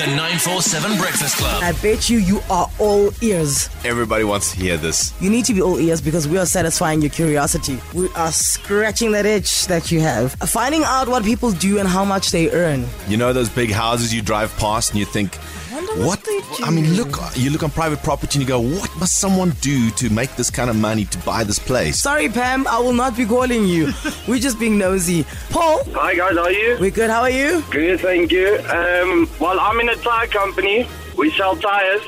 947 Breakfast Club. I bet you you are all ears. Everybody wants to hear this. You need to be all ears because we are satisfying your curiosity. We are scratching that itch that you have. Finding out what people do and how much they earn. You know those big houses you drive past and you think, wonder what? what they I mean, do. look, you look on private property and you go, what must someone do to make this kind of money to buy this place? Sorry, Pam, I will not be calling you. We're just being nosy. Paul, Hi guys, how are you? we're good. How are you? Good, thank you. Um, well, I'm in a tire company. We sell tires.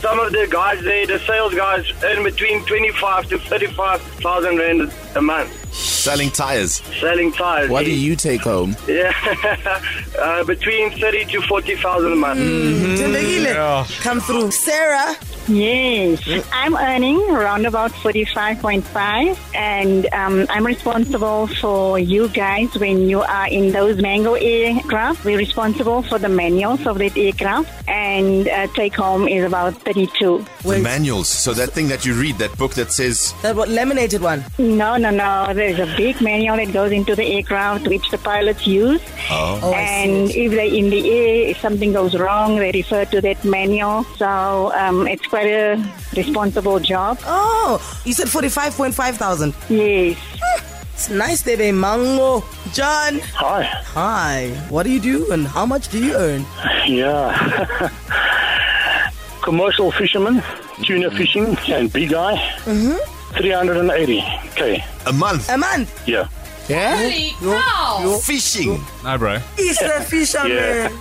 Some of the guys there, the sales guys, earn between twenty-five to thirty-five thousand rand a month Selling tires. selling tires. What do you take home? Yeah, uh, between thirty to forty thousand a month. Mm-hmm. Thembekile, Come through. Sarah, Yes, I'm earning around about 45.5 and um, I'm responsible for you guys when you are in those Mango aircraft. We're responsible for the manuals of that aircraft and uh, take home is about 32. The Wait. manuals. So that thing that you read, that book that says, that what laminated one. No, no, no. There's a big manual that goes into the aircraft which the pilots use. Oh, I see. and if they in the air, if something goes wrong, they refer to that manual. So um, it's quite a responsible job. Oh, you said 45.5 thousand. Yes. It's nice, baby. Mango. John. Hi. Hi. What do you do and how much do you earn? Yeah. Commercial fisherman, tuna fishing, and big guy. Mm-hmm. 380k. a month. A month. Yeah. Yeah? Fishing. No, bro. It's a fisherman.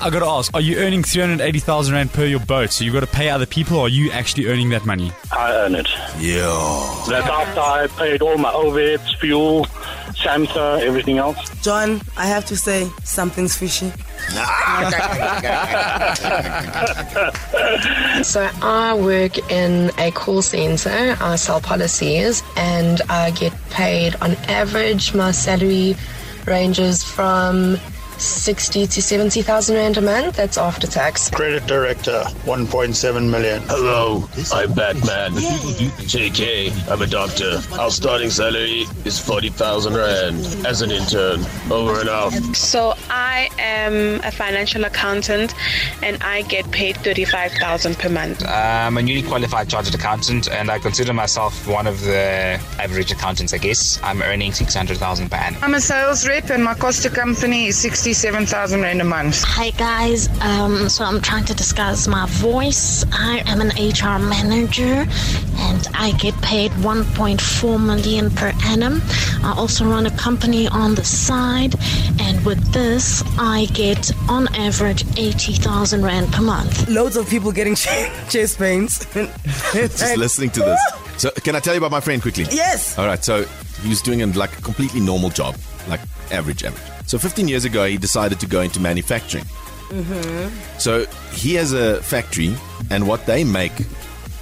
I gotta ask, are you earning 380,000 Rand per your boat? So you gotta pay other people, or are you actually earning that money? I earn it. Yeah. That's after I paid all my overheads, fuel, Samsung, everything else. John, I have to say, something's fishy. So I work in a call center. I sell policies and I get paid on average. My salary ranges from 60 to 70,000 rand a month. That's after tax. Credit director, 1.7 million. Hello, I'm Batman. JK, I'm a doctor. Our starting salary is 40,000 Rand as an intern. Oh, Over and out. So I am a financial accountant and I get paid 35,000 per month. I'm a newly qualified chartered accountant, and I consider myself one of the average accountants, I guess. I'm earning 600,000 per annum. I'm a sales rep and my cost to company is 67,000 rand a month. Hi guys, um, so I'm trying to discuss my voice. I am an HR manager and I get paid 1.4 million per annum. I also run a company on the side and with this I get on average 80,000 rand per month. Loads of people getting ch- chest pains. Just listening to this. So, can I tell you about my friend quickly? Yes. All right, so he was doing a, like a completely normal job, like average, average. So 15 years ago, he decided to go into manufacturing. Mm-hmm. So he has a factory, and what they make,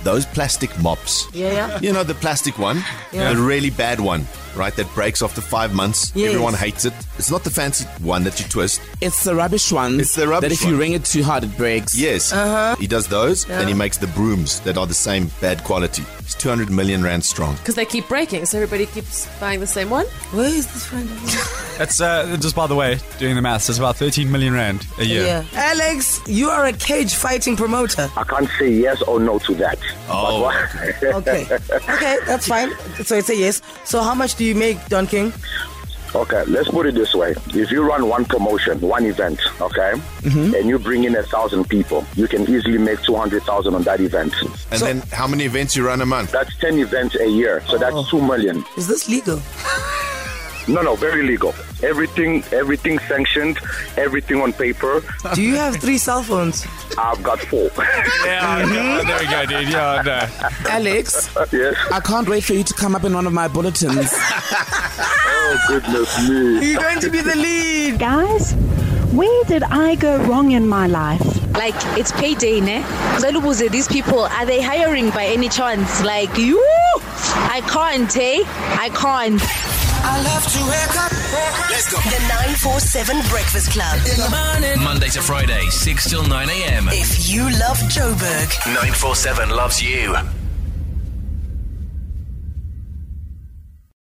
those plastic mops. Yeah, yeah. You know the plastic one, Yeah. the really bad one, right? That breaks after five months. Yes. Everyone hates it. It's not the fancy one that you twist. It's the rubbish ones. It's the rubbish That if you one. ring it too hard, it breaks. Yes. Uh-huh. He does those, and he makes the brooms that are the same bad quality. It's 200 million rand strong. Because they keep breaking, so everybody keeps buying the same one. Where is this friend? of That's, uh, just by the way, doing the maths, it's about 13 million Rand a year. Yeah. Alex, you are a cage fighting promoter. I can't say yes or no to that. Oh, Okay. okay, that's fine. So it's a yes. So how much do you make, Don King? Okay, let's put it this way. If you run one promotion, one event, okay, and you bring in a thousand people, you can easily make 200,000 on that event. And then how many events you run a month? That's 10 events a year, so that's 2 million. Is this legal? No, no, very legal. Everything, everything sanctioned, everything on paper. Do you have three cell phones? I've got four. Yeah, there we go, dude. Yeah, no. Alex, yes. I can't wait for you to come up in one of my bulletins. Oh, goodness me. You're going to be the lead. Guys, where did I go wrong in my life? Like it's payday, ne? Zelubuze, these people are they hiring by any chance? Like you, I can't, eh? I can't. I love to wake up. Let's go. The 947 Breakfast Club. Monday to Friday, 6 till 9 a.m. If you love Joburg, 947 loves you.